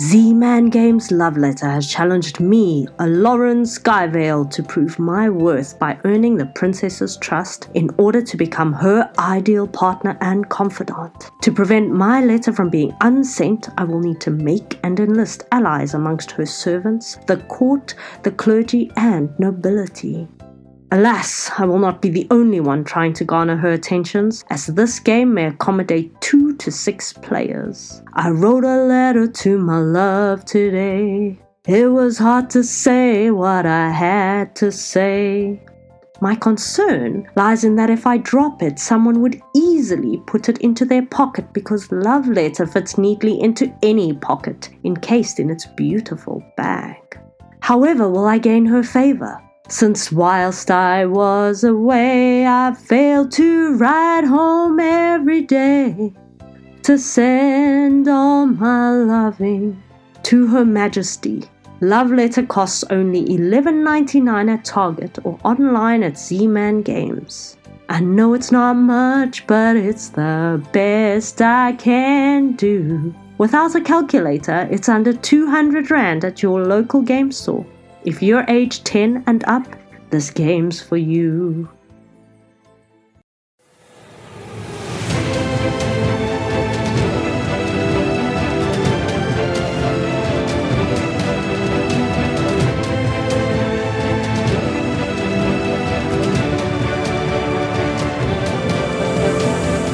Z Man Games Love Letter has challenged me, a Lauren Skyvale, to prove my worth by earning the princess's trust in order to become her ideal partner and confidant. To prevent my letter from being unsent, I will need to make and enlist allies amongst her servants, the court, the clergy, and nobility. Alas, I will not be the only one trying to garner her attentions, as this game may accommodate two to six players. I wrote a letter to my love today. It was hard to say what I had to say. My concern lies in that if I drop it, someone would easily put it into their pocket because love letter fits neatly into any pocket, encased in its beautiful bag. However, will I gain her favor? Since whilst I was away, I failed to ride home every day to send all my loving to Her Majesty. Love letter costs only $11.99 at Target or online at Z-Man Games. I know it's not much, but it's the best I can do. Without a calculator, it's under 200 Rand at your local game store. If you're age 10 and up, this game's for you.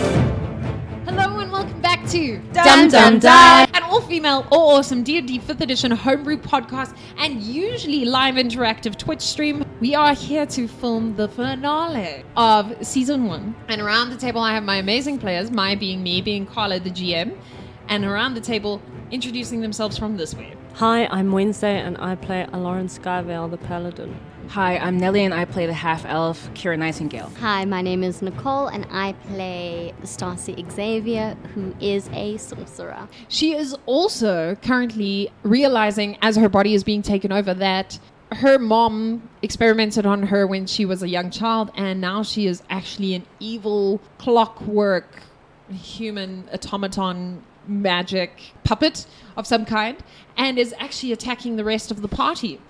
Hello and welcome back to Dum Dum Dum. an all-female, all-awesome D&D 5th edition homebrew podcast and usually live interactive Twitch stream. We are here to film the finale of season one. And around the table, I have my amazing players, my being me, being Carla the GM, and around the table, introducing themselves from this way. Hi, I'm Wednesday and I play Lauren Skyvale, the Paladin. Hi, I'm Nelly, and I play the half elf Kira Nightingale. Hi, my name is Nicole, and I play Stacy Xavier, who is a sorcerer. She is also currently realizing, as her body is being taken over, that her mom experimented on her when she was a young child, and now she is actually an evil clockwork human automaton magic puppet of some kind and is actually attacking the rest of the party.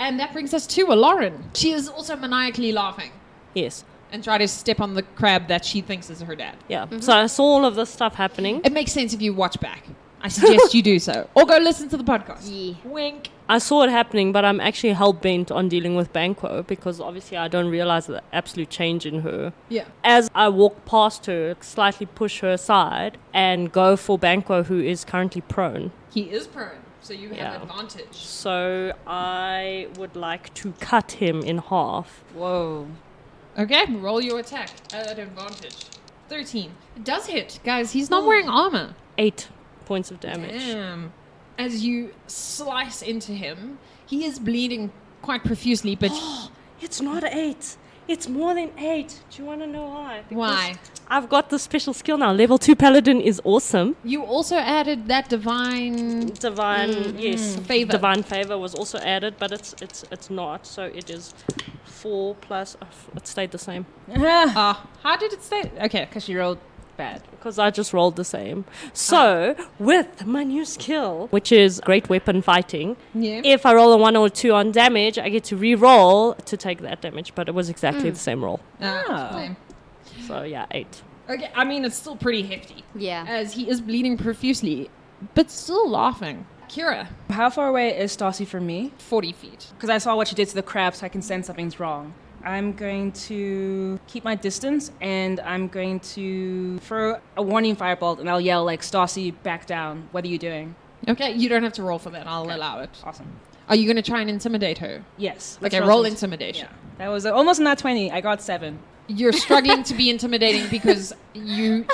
And that brings us to a Lauren. She is also maniacally laughing Yes. and try to step on the crab that she thinks is her dad. Yeah. So I saw all of this stuff happening. It makes sense if you watch back. I suggest you do so. Or go listen to the podcast. Yeah. Wink. I saw it happening, but I'm actually hell bent on dealing with Banquo because obviously I don't realize the absolute change in her. Yeah. As I walk past her, slightly push her aside and go for Banquo, who is currently prone. He is prone, so you have Yeah. advantage. So I would like to cut him in half. Whoa. Okay, roll your attack at advantage. 13. It does hit. Guys, he's not wearing armor. Eight points of damage. Damn. As you slice into him, he is bleeding quite profusely, but It's not eight. It's more than eight. Do you want to know why? Because why? I've got the special skill now. Level two paladin is awesome. You also added that divine. Divine, yes, Mm, favor. Divine favor was also added, but it's it's it's not. So it is four plus. oh, f- it stayed the same Because Ah, how did it stay? Okay. she rolled bad. because I just rolled the same. So Ah. with my new skill, which is great weapon fighting, Yeah. if I roll a one or a two on damage, I get to re-roll to take that damage. But it was exactly the same roll. Ah, Oh. lame. So yeah, eight. Okay, I mean, it's still pretty hefty. Yeah. As he is bleeding profusely, but still laughing. Kira, How far away is Stassi from me? 40 feet. Because I saw what she did to the crab, so I can sense something's wrong. I'm going to keep my distance, and I'm going to throw a warning firebolt, and I'll yell like, "Stassi, back down! What are you doing?" Okay, you don't have to roll for that. I'll allow it. Awesome. Are you going to try and intimidate her? Yes. let's Okay, roll some- intimidation. Yeah. That was uh, almost not twenty. I got seven. You're struggling to be intimidating because you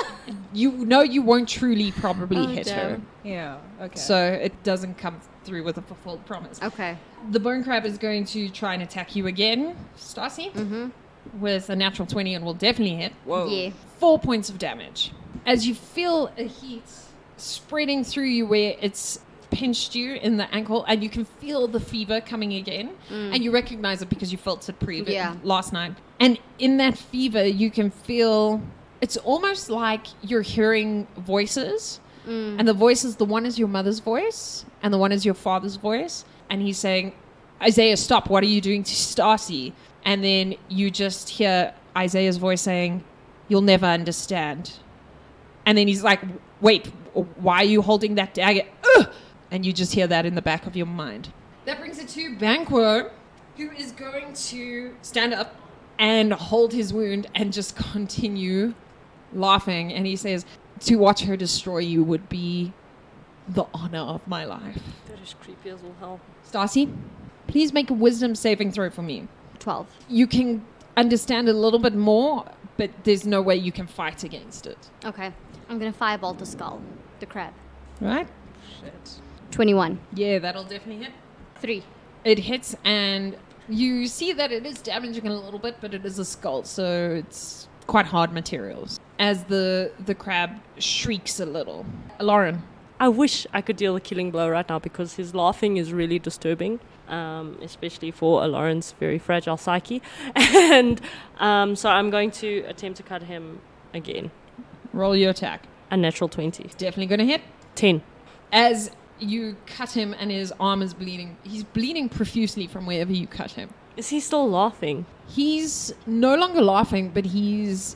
you know you won't truly probably Oh, hit her. damn. Yeah. Okay. So it doesn't come through with a fulfilled promise. Uh, Okay. The bone crab is going to try and attack you again, Stassi, with a natural 20 and will definitely hit. Whoa. Yeah. four points of damage. As you feel a heat spreading through you where it's pinched you in the ankle and you can feel the fever coming again and you recognize it because you felt it pre Yeah. last night. And in that fever you can feel it's almost like you're hearing voices And the voice is the one is your mother's voice, and the one is your father's voice. And he's saying, Isaiah, stop. What are you doing to Stacy? And then you just hear Isaiah's voice saying, You'll never understand. And then he's like, Wait, why are you holding that dagger? Ugh! And you just hear that in the back of your mind. That brings it to Banquo, who is going to stand up and hold his wound and just continue laughing. And he says, To watch her destroy you would be the honor of my life. That is creepy as all hell. Stacy, please make a wisdom saving throw for me. 12. You can understand a little bit more, but there's no way you can fight against it. Okay. I'm going to firebolt the skull, the crab. Right? 21. Yeah, that'll definitely hit. 3. It hits, and you see that it is damaging a little bit, but it is a skull, so it's quite hard materials. As the the crab shrieks a little, Lauren. I wish I could deal the killing blow right now because his laughing is really disturbing, um, especially for a Lauren's very fragile psyche. and um, so I'm going to attempt to cut him again. Roll your attack. A natural 20. Definitely gonna hit. 10. As you cut him, and his arm is bleeding. He's bleeding profusely from wherever you cut him. Is he still laughing? He's no longer laughing, but he's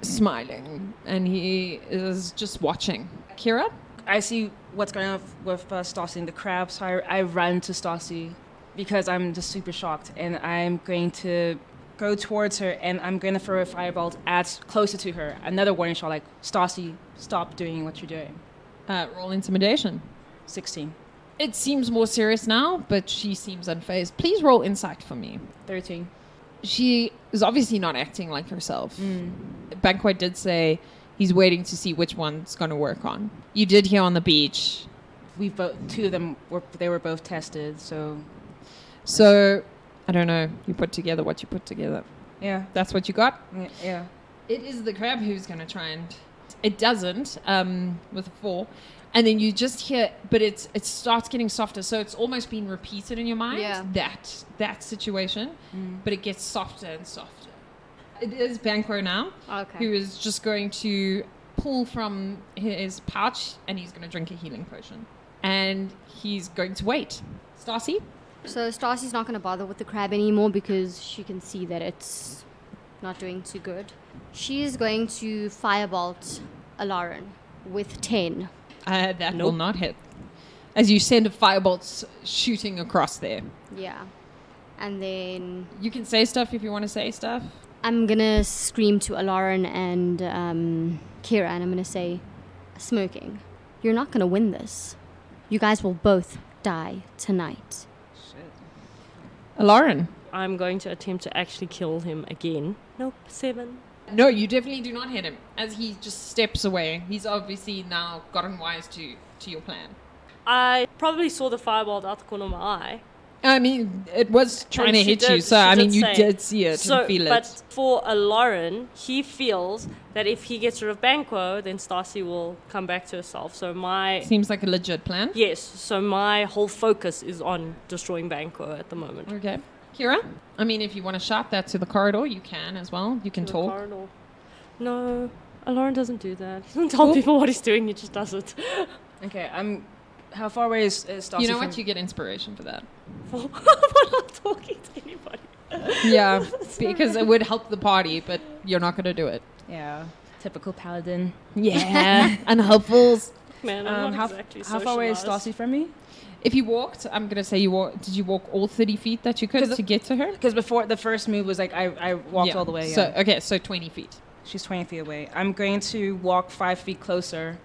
smiling, and he is just watching. Kira, I see what's going on with uh, Stassi and the crab, so I, I run to Stassi because I'm just super shocked, and I'm going to go towards her, and I'm going to throw a firebolt at closer to her. Another warning shot, like Stassi, stop doing what you're doing. uh, roll intimidation. Sixteen. It seems more serious now, but she seems unfazed. Please roll insight for me. 13. She is obviously not acting like herself. Banquet did say he's waiting to see which one's going to work on. You did hear on the beach. We both, two of them were, they were both tested, so So, I don't know. You put together what you put together. yeah, That's what you got? yeah, yeah. It is the crab who's going to try and. It doesn't um, with a four, and then you just hear, but it's it starts getting softer, so it's almost been repeated in your mind. Yeah. Mm. That that situation, but it gets softer and softer. It is Banquo now, who Okay. is just going to pull from his pouch and he's going to drink a healing potion, and he's going to wait. Stacy, So Stacy's not going to bother with the crab anymore because she can see that it's not doing too good. She is going to firebolt Alarin with 10. uh, that will Nope. not hit, as you send a firebolt shooting across there. Yeah. And then You can say stuff if you want to say stuff. I'm gonna scream to Alarin and um, Kira, and I'm gonna say, "Smoking, you're not gonna win this. You guys will both die tonight." Uh, Lauren. I'm going to attempt to actually kill him again. Nope, 7. No, you definitely do not hit him. As he just steps away, he's obviously now gotten wise to to your plan. I probably saw the firebolt out the corner of my eye. I mean, it was trying And to she hit you, did- so she I mean, you say did see it so, and feel it. But for a Lauren, he feels that if he gets rid of Banquo, then Stacy will come back to herself. So my Seems like a legit plan. yes, so my whole focus is on destroying Banquo at the moment. Okay. Kira, I mean, if you want to shout that to the corridor, you can as well. You can The talk. corridor. No, a Lauren doesn't do that. He doesn't tell people what he's doing. He just does it. Okay, I'm. How far away is, is Stassi You know from? what? You get inspiration for that. For for not talking to anybody. Yeah, because it would help the party, but you're not going to do it. yeah, typical paladin. Yeah, unhelpfuls. Man, I'm Um, not how, exactly how far away is socialized. Stassi from me? If you walked, I'm gonna say you walk. Did you walk all thirty feet that you could 'Cause- to get to her? Because before the first move was like I, I walked Yeah. all the way. Yeah. So okay, so twenty feet. She's 20 feet away. I'm going to walk five feet closer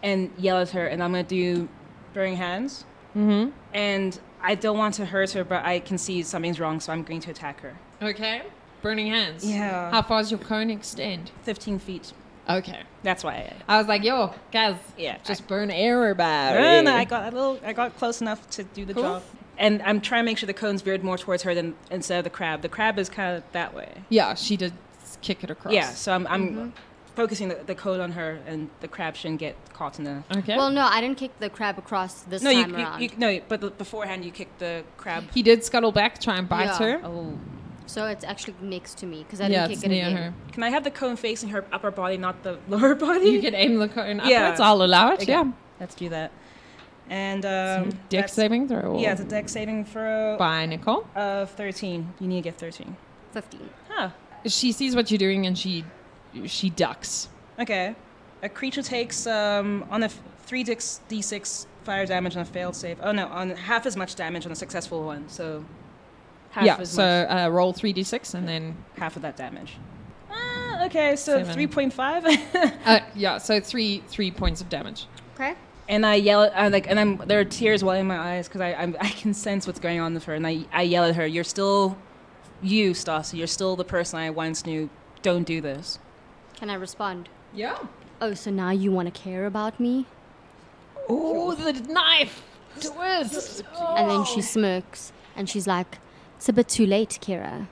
and yell at her, and I'm going to do burning hands. Mm-hmm. And I don't want to hurt her, but I can see something's wrong, so I'm going to attack her. Okay. Burning hands. Yeah. How far does your cone extend? 15 feet. Okay. That's why. I, I was like, yo, guys, yeah. just burn arrow I, bad. no, no, I got a little. I got close enough to do the Cool. job. And I'm trying to make sure the cone's veered more towards her than instead of the crab. The crab is kind of that way. Yeah, she did kick it across. Yeah. So I'm, I'm Mm-hmm. focusing the, the cone on her, and the crab shouldn't get caught in the. Okay. Well, no, I didn't kick the crab across this No, you, time you, around. you no, but the, beforehand you kick the crab. he did scuttle back, try and bite Yeah. her. Oh, So it's actually next to me because I yeah, didn't kick it's it near again. her. Can I have the cone facing her upper body, not the lower body? You can aim the cone Yeah. upwards. I'll allow it. Okay, Yeah. Let's do that. And um, Deck that's- saving throw. or- Yeah, it's a deck saving throw By Nicole. of 13. You need to get 13. 15. Huh. She sees what you're doing and she she ducks. Okay. A creature takes um, on a f- 3 dix- d6 fire damage on a failed save. Oh no, on half as much damage on a successful one. So half yeah. as So much. uh, roll three d six and then Half of that damage. Ah, okay, so Seven. 3.5. uh, yeah. So three three points of damage. Okay. and I yell, I like, and I'm there are tears welling in my eyes because I I'm, I can sense what's going on with her, and I I yell at her, "You're still, you Stassi, you're still the person I once knew. Don't do this." Can I respond? Yeah. Oh, so now you want to care about me? Oh, the knife twist. And then she smirks and she's like, It's a bit too late, Kira.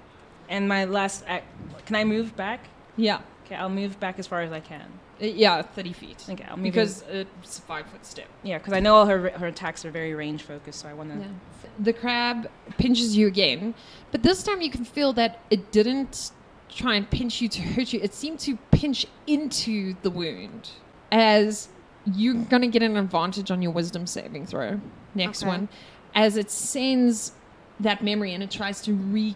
And my last act, can I move back? Yeah. Okay, I'll move back as far as I can. Uh, Yeah, thirty feet. Okay, I'll move uh, Because it's a five foot step. Yeah, because I know all her her attacks are very range focused, so I want to. The crab pinches you again, but this time you can feel that it didn't try and pinch you to hurt you. It seemed to pinch into the wound. As you're going to get an advantage on your wisdom saving throw, next Okay. one, as it sends that memory and it tries to re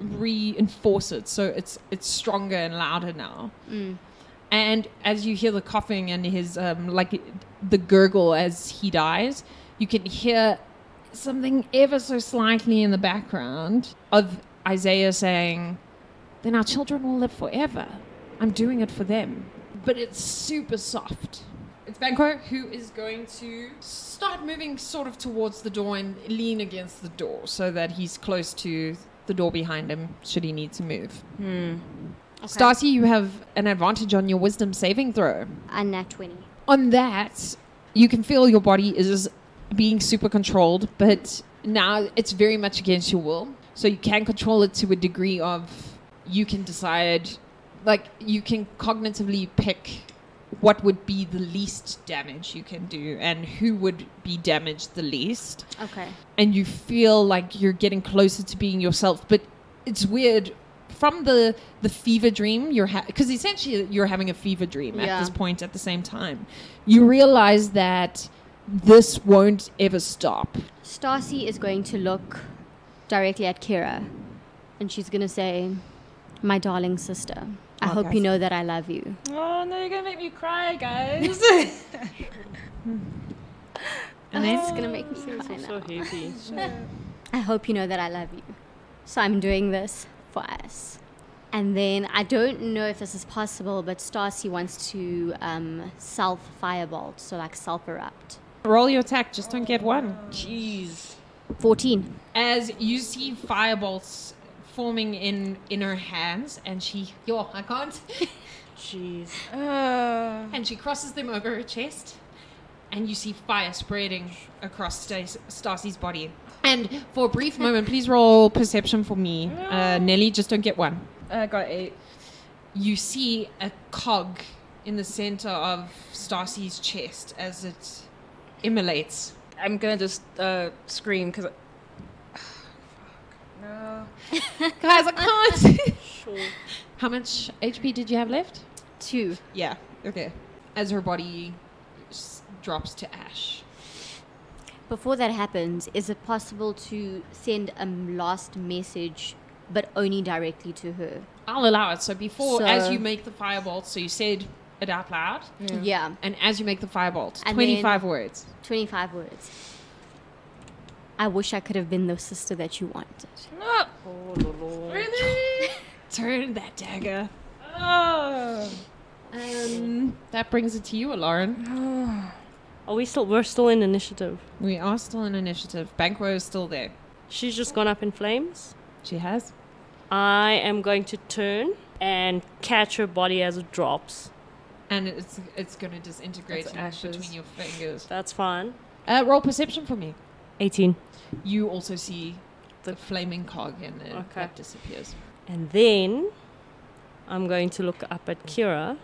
reinforce it so it's it's stronger and louder now and as you hear the coughing and his um, like the gurgle as he dies, you can hear something ever so slightly in the background of Isaiah saying, "Then our children will live forever. I'm doing it for them." But it's super soft. It's Banquo who is going to start moving sort of towards the door and lean against the door so that he's close to the door behind him should he need to move. Hmm. Okay. Stacy, you have an advantage on your wisdom saving throw. And nat 20. On that, you can feel your body is being super controlled, but now it's very much against your will. So you can control it to a degree of you can decide, like, you can cognitively pick what would be the least damage you can do and who would be damaged the least Okay. and you feel like you're getting closer to being yourself but it's weird from the the fever dream you're because essentially you're having a fever dream at Yeah. this point at the same time you realize that this won't ever stop Stacy is going to look directly at Kira and she's going to say, My darling sister, I hope Okay. you know that I love you. Oh no, you're gonna make me cry, guys. And it's going to make me It's cry also now. heavy. Oh, I hope you know that I love you. So I'm doing this for us. And then I don't know if this is possible, but Stacy wants to um, self firebolt, so like self erupt. roll your attack just don't get one 14. as you see firebolts forming in in her hands and she yo i can't Jeez. and she crosses them over her chest and you see fire spreading across Stas- Stacy's body. And for a brief moment, please roll perception for me. Uh, Nelly, just don't get one. I got eight. You see a cog in the center of Stacy's chest as it immolates. I'm gonna just uh, scream because. No. Guys, I can't. Sure. How much HP did you have left? Two. Yeah, okay. As her body s- drops to ash. Before that happens, is it possible to send a last message, but only directly to her? I'll allow it. So Mm-hmm. before, as So- you make the firebolt, so you said it out loud. Yeah. And as you make the firebolt, And 25 words. 25 words. I wish I could have been the sister that you wanted. No. Oh, lolo. Really? Turn that dagger. Oh. Um, that brings it to you, Lauren. Are we still? We're still in initiative. We are still in initiative. Banquo is still there. She's just gone up in flames. She has. I am going to turn and catch her body as it drops. And it's it's going to disintegrate It's in ashes. between your fingers. That's fine. Uh, roll perception for me. 18. You also see the flaming cog and it Okay. that disappears. And then I'm going to look up at Kira.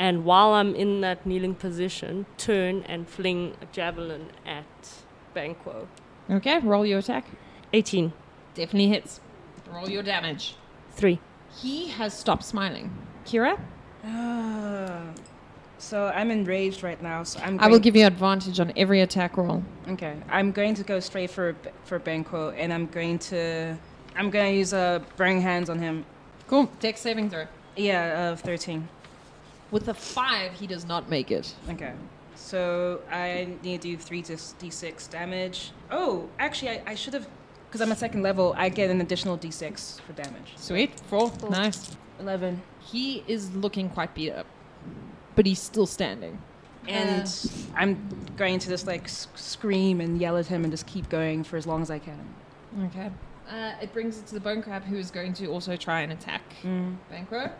And while I'm in that kneeling position, turn and fling a javelin at Banquo. Okay, roll your attack. 18. Definitely hits. Roll your damage. Three. He has stopped smiling. Kira, Ah. so I'm enraged right now. So I'm. I will going- give you advantage on every attack roll. Okay, I'm going to go straight for B- for Benko, and I'm going to I'm going to use a burning hands on him. Cool. Dex saving throw. Yeah, of thirteen. With a five, he does not make it. Okay, so I need to do three to s- d6 damage. Oh, actually, I, I should have because I'm a second level. I get an additional d6 for damage. Sweet. Four. Nice. Eleven. He is looking quite beat up, but he's still standing. And I'm going to just like s- scream and yell at him and just keep going for as long as I can. Okay. Uh, it brings it to the bone crab, who is going to also try and attack Banquo.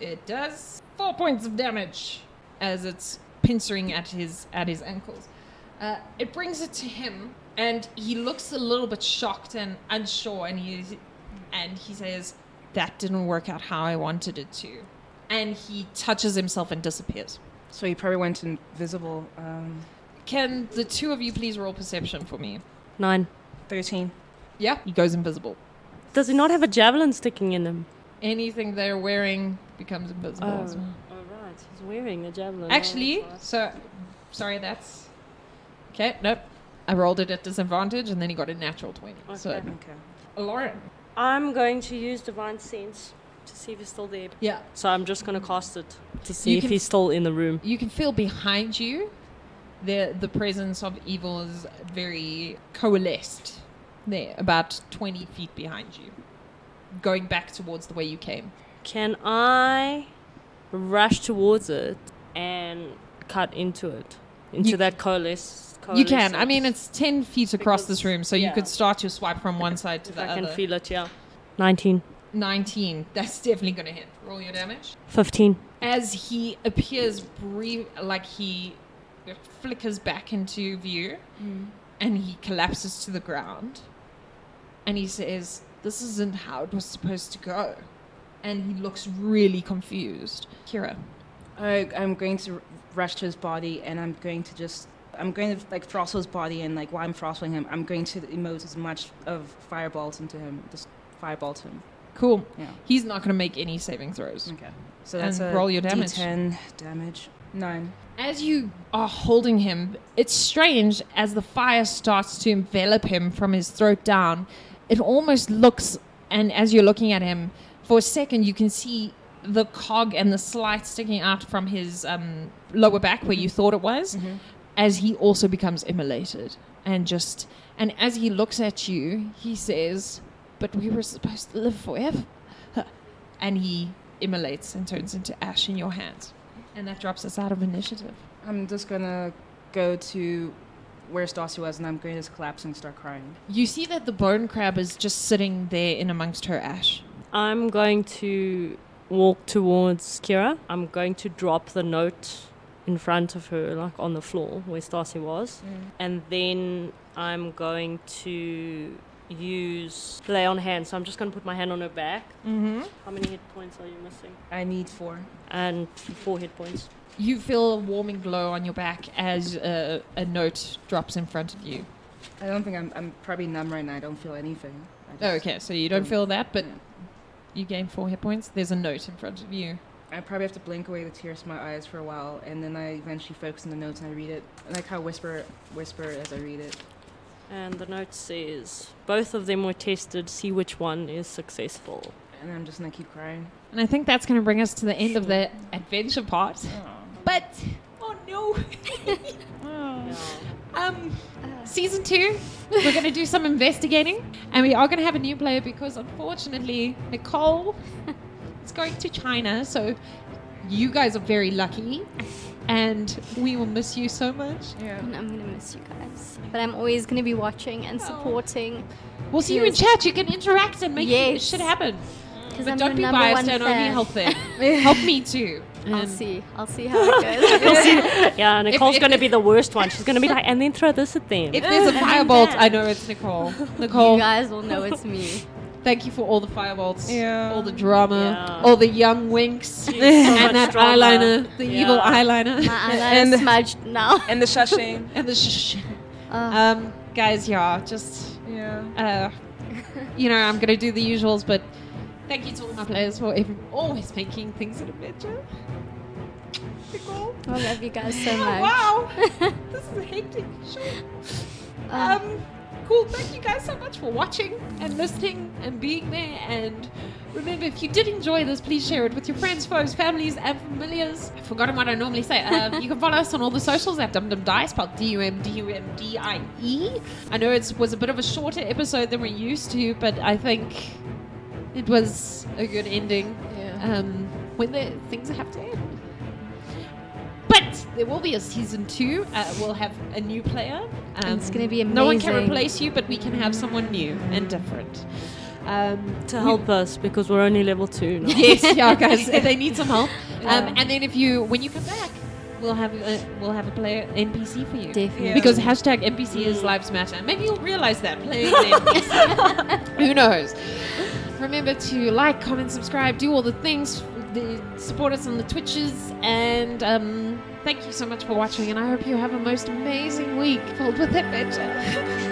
It does four points of damage as it's pincering at his at his ankles. Uh, it brings it to him, and he looks a little bit shocked and unsure, and he and he says, "That didn't work out how I wanted it to," and he touches himself and disappears. So he probably went invisible. Um, Can the two of you please roll perception for me? Nine. Thirteen. Yeah, he goes invisible. Does he not have a javelin sticking in him? Anything they're wearing becomes invisible. as well. Oh, right. He's wearing a javelin. Actually, so sorry, that's okay. Nope, I rolled it at disadvantage, and then he got a natural twenty. So, Okay. Okay. Lauren, I'm going to use divine sense to see if he's still there. yeah, So I'm just going to cast it to see You if can- he's still in the room. you can feel behind you the the presence of evil is very coalesced there, about twenty feet behind you, going back towards the way you came. Can I rush towards it and cut into it? Into You- that coalesce, You can. coalescence? I mean, it's ten feet across this Oh, Because- room, so you yeah. could start your swipe from one side to If the I can other. feel it, yeah. 19. Nineteen. That's definitely going to hit. Roll your damage. 15. as he appears brief like he flickers back into view and he collapses to the ground and he says this isn't how it was supposed to go and he looks really confused kira I, I'm going to r- rush to his body, and I'm going to just. I'm going to like throttle his body, and like while I'm throttling him, I'm going to emote as much of fireballs into him. Just firebolt him. cool Yeah. he's not going to make any saving throws Okay. So that's And a roll your damage. D10 damage. Nine. as you are holding him it's strange as the fire starts to envelop him from his throat down it almost looks and as you're looking at him for a second you can see the cog and the slight sticking out from his um, lower back where you thought it was as he also becomes immolated and just and as he looks at you he says but we were supposed to live forever and he immolates and turns into ash in your hands and that drops us out of initiative I'm just gonna go to where Stassi was, and I'm going to just collapse and start crying. You see that the bone crab is just sitting there in amongst her ash. I'm going to walk towards Kira. I'm going to drop the note in front of her, like on the floor where Stacy was. Mm. And then I'm going to use lay on hand. So I'm just going to put my hand on her back. Mm-hmm. How many hit points are you missing? I need four. And four hit points. You feel a warming glow on your back as a, a note drops in front of you. I don't think I'm. I'm probably numb right now. I don't feel anything. I just, Oh, Okay, so you don't Mm. feel that, but Yeah. you gain four hit points. There's a note in front of you. I probably have to blink away the tears from my eyes for a while, and then I eventually focus on the notes and I read it. I like how whisper, whisper as I read it. And the note says both of them were tested. See which one is successful. And I'm just gonna keep crying. And I think that's going to bring us to the end of the adventure part. But, oh no! Oh. Um, season two, we're going to do some investigating, and we are going to have a new player because unfortunately Nicole is going to China. So you guys are very lucky, and we will miss you so much. And I'm gonna miss you guys. But I'm always gonna be watching Oh. and supporting We'll see you in Yes. chat. You can interact and make Yes. shit happen. because But I'm don't the be number biased one and only fan. help them. help me too. I'll And see. I'll see how it goes. Yeah, Nicole's if- going to be the worst one. She's going to be like, and then throw this at them. If there's a firebolt, I know it's Nicole. Nicole, you guys will know it's me. thank you for all the firebolts, Yeah. all the drama, Yeah. all the young winks. So much and that drama. eyeliner, the evil Yeah. eyeliner, My eyeliner And- is smudged now. And the shushing. and the shh. Uh, Um, guys, yeah, just yeah. uh, you know, I'm going to do the usuals, but thank you to all my players for ev- always making things an adventure. Cool. I love you guys so Oh, much. wow. this is hectic. Sure. Um, cool. Thank you guys so much for watching and listening and being there. And remember, if you did enjoy this, please share it with your friends, foes, families, and familiars. I've forgotten what I normally say. Um, you can follow us on all the socials at Dum Dum Die, spelled D U M D U M D I E. I know it was a bit of a shorter episode than we're used to, but I think it was a good ending. Yeah. Um, when the things have to end. But there will be a season two. Uh, we'll have a new player. Um, It's gonna be No one can amazing. replace you, but we can have someone new and different. Um, to help us because we're only level two now. yes, yeah, guys, they need some help. Um, and then if you, when you come back, we'll have a, we'll have a player NPC for you. Definitely. Yeah. Because hashtag NPC is lives matter. Maybe you'll realize that playing an NPC. Who knows? Remember to like, comment, subscribe, do all the things. The, support us on the Twitches. And um, thank you so much for watching. And I hope you have a most amazing week filled with adventure.